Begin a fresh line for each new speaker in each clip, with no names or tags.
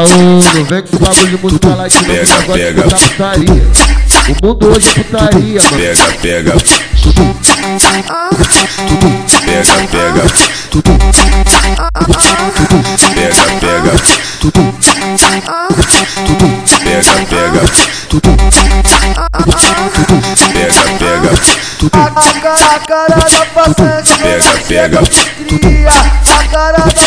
bagulho, vem com o bagulho muito latino, que
Pega,
negócio
pega.
de puta tá putaria. O mundo hoje é putaria, mano.
Pega, pega, pega, pega, pega, pega, pega, pega, pega, pega,
A cara, a cara da passante,
pega, pega,
cria. A cara da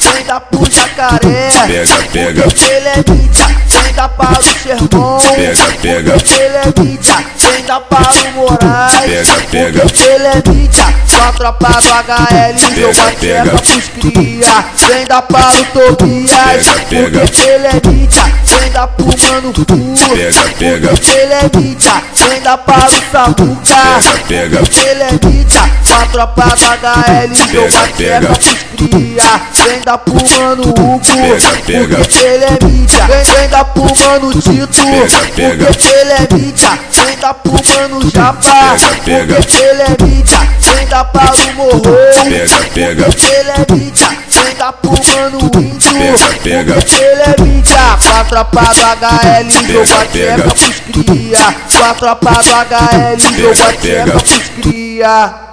vem dar pro Jacaré.
pega, pega,
Ele é pica, vem dar para o Sermão.
pega, pega,
Ele é pica, vem dar para o Moraes.
pega, pega,
Ele é pica, só a tropa do HL
Pega,
joga
pega.
tcheca pros cria. Vem dar para o Tobias,
Pega, pega.
porque ele é pica, vem dar pro mano Fu.
Pega, pega.
Porque ele é pica, vem dar para o Sabuca.
pega,
Ele é pica, só a tropa do HL joga
pega.
tcheca pros cria. Vem dar pro mano Hugo,
Pega,
porque
pega.
ele é pica. Vem, vem dar pro mano Tito,
Pega,
porque
pega.
ele é pica. Vem dar pro mano Japa,
Pega, pega.
porque ele é pica. Vem dar para o Morro,
pega, pega,
ele é pica. Vem dar pro mano Índio,
Pega, pega.
porque ele é pica. Com a tropa do HL, joga
pega.
tcheca pros cria. Com a tropa do HL,
Pega,
joga
pega.
tcheca pros cria.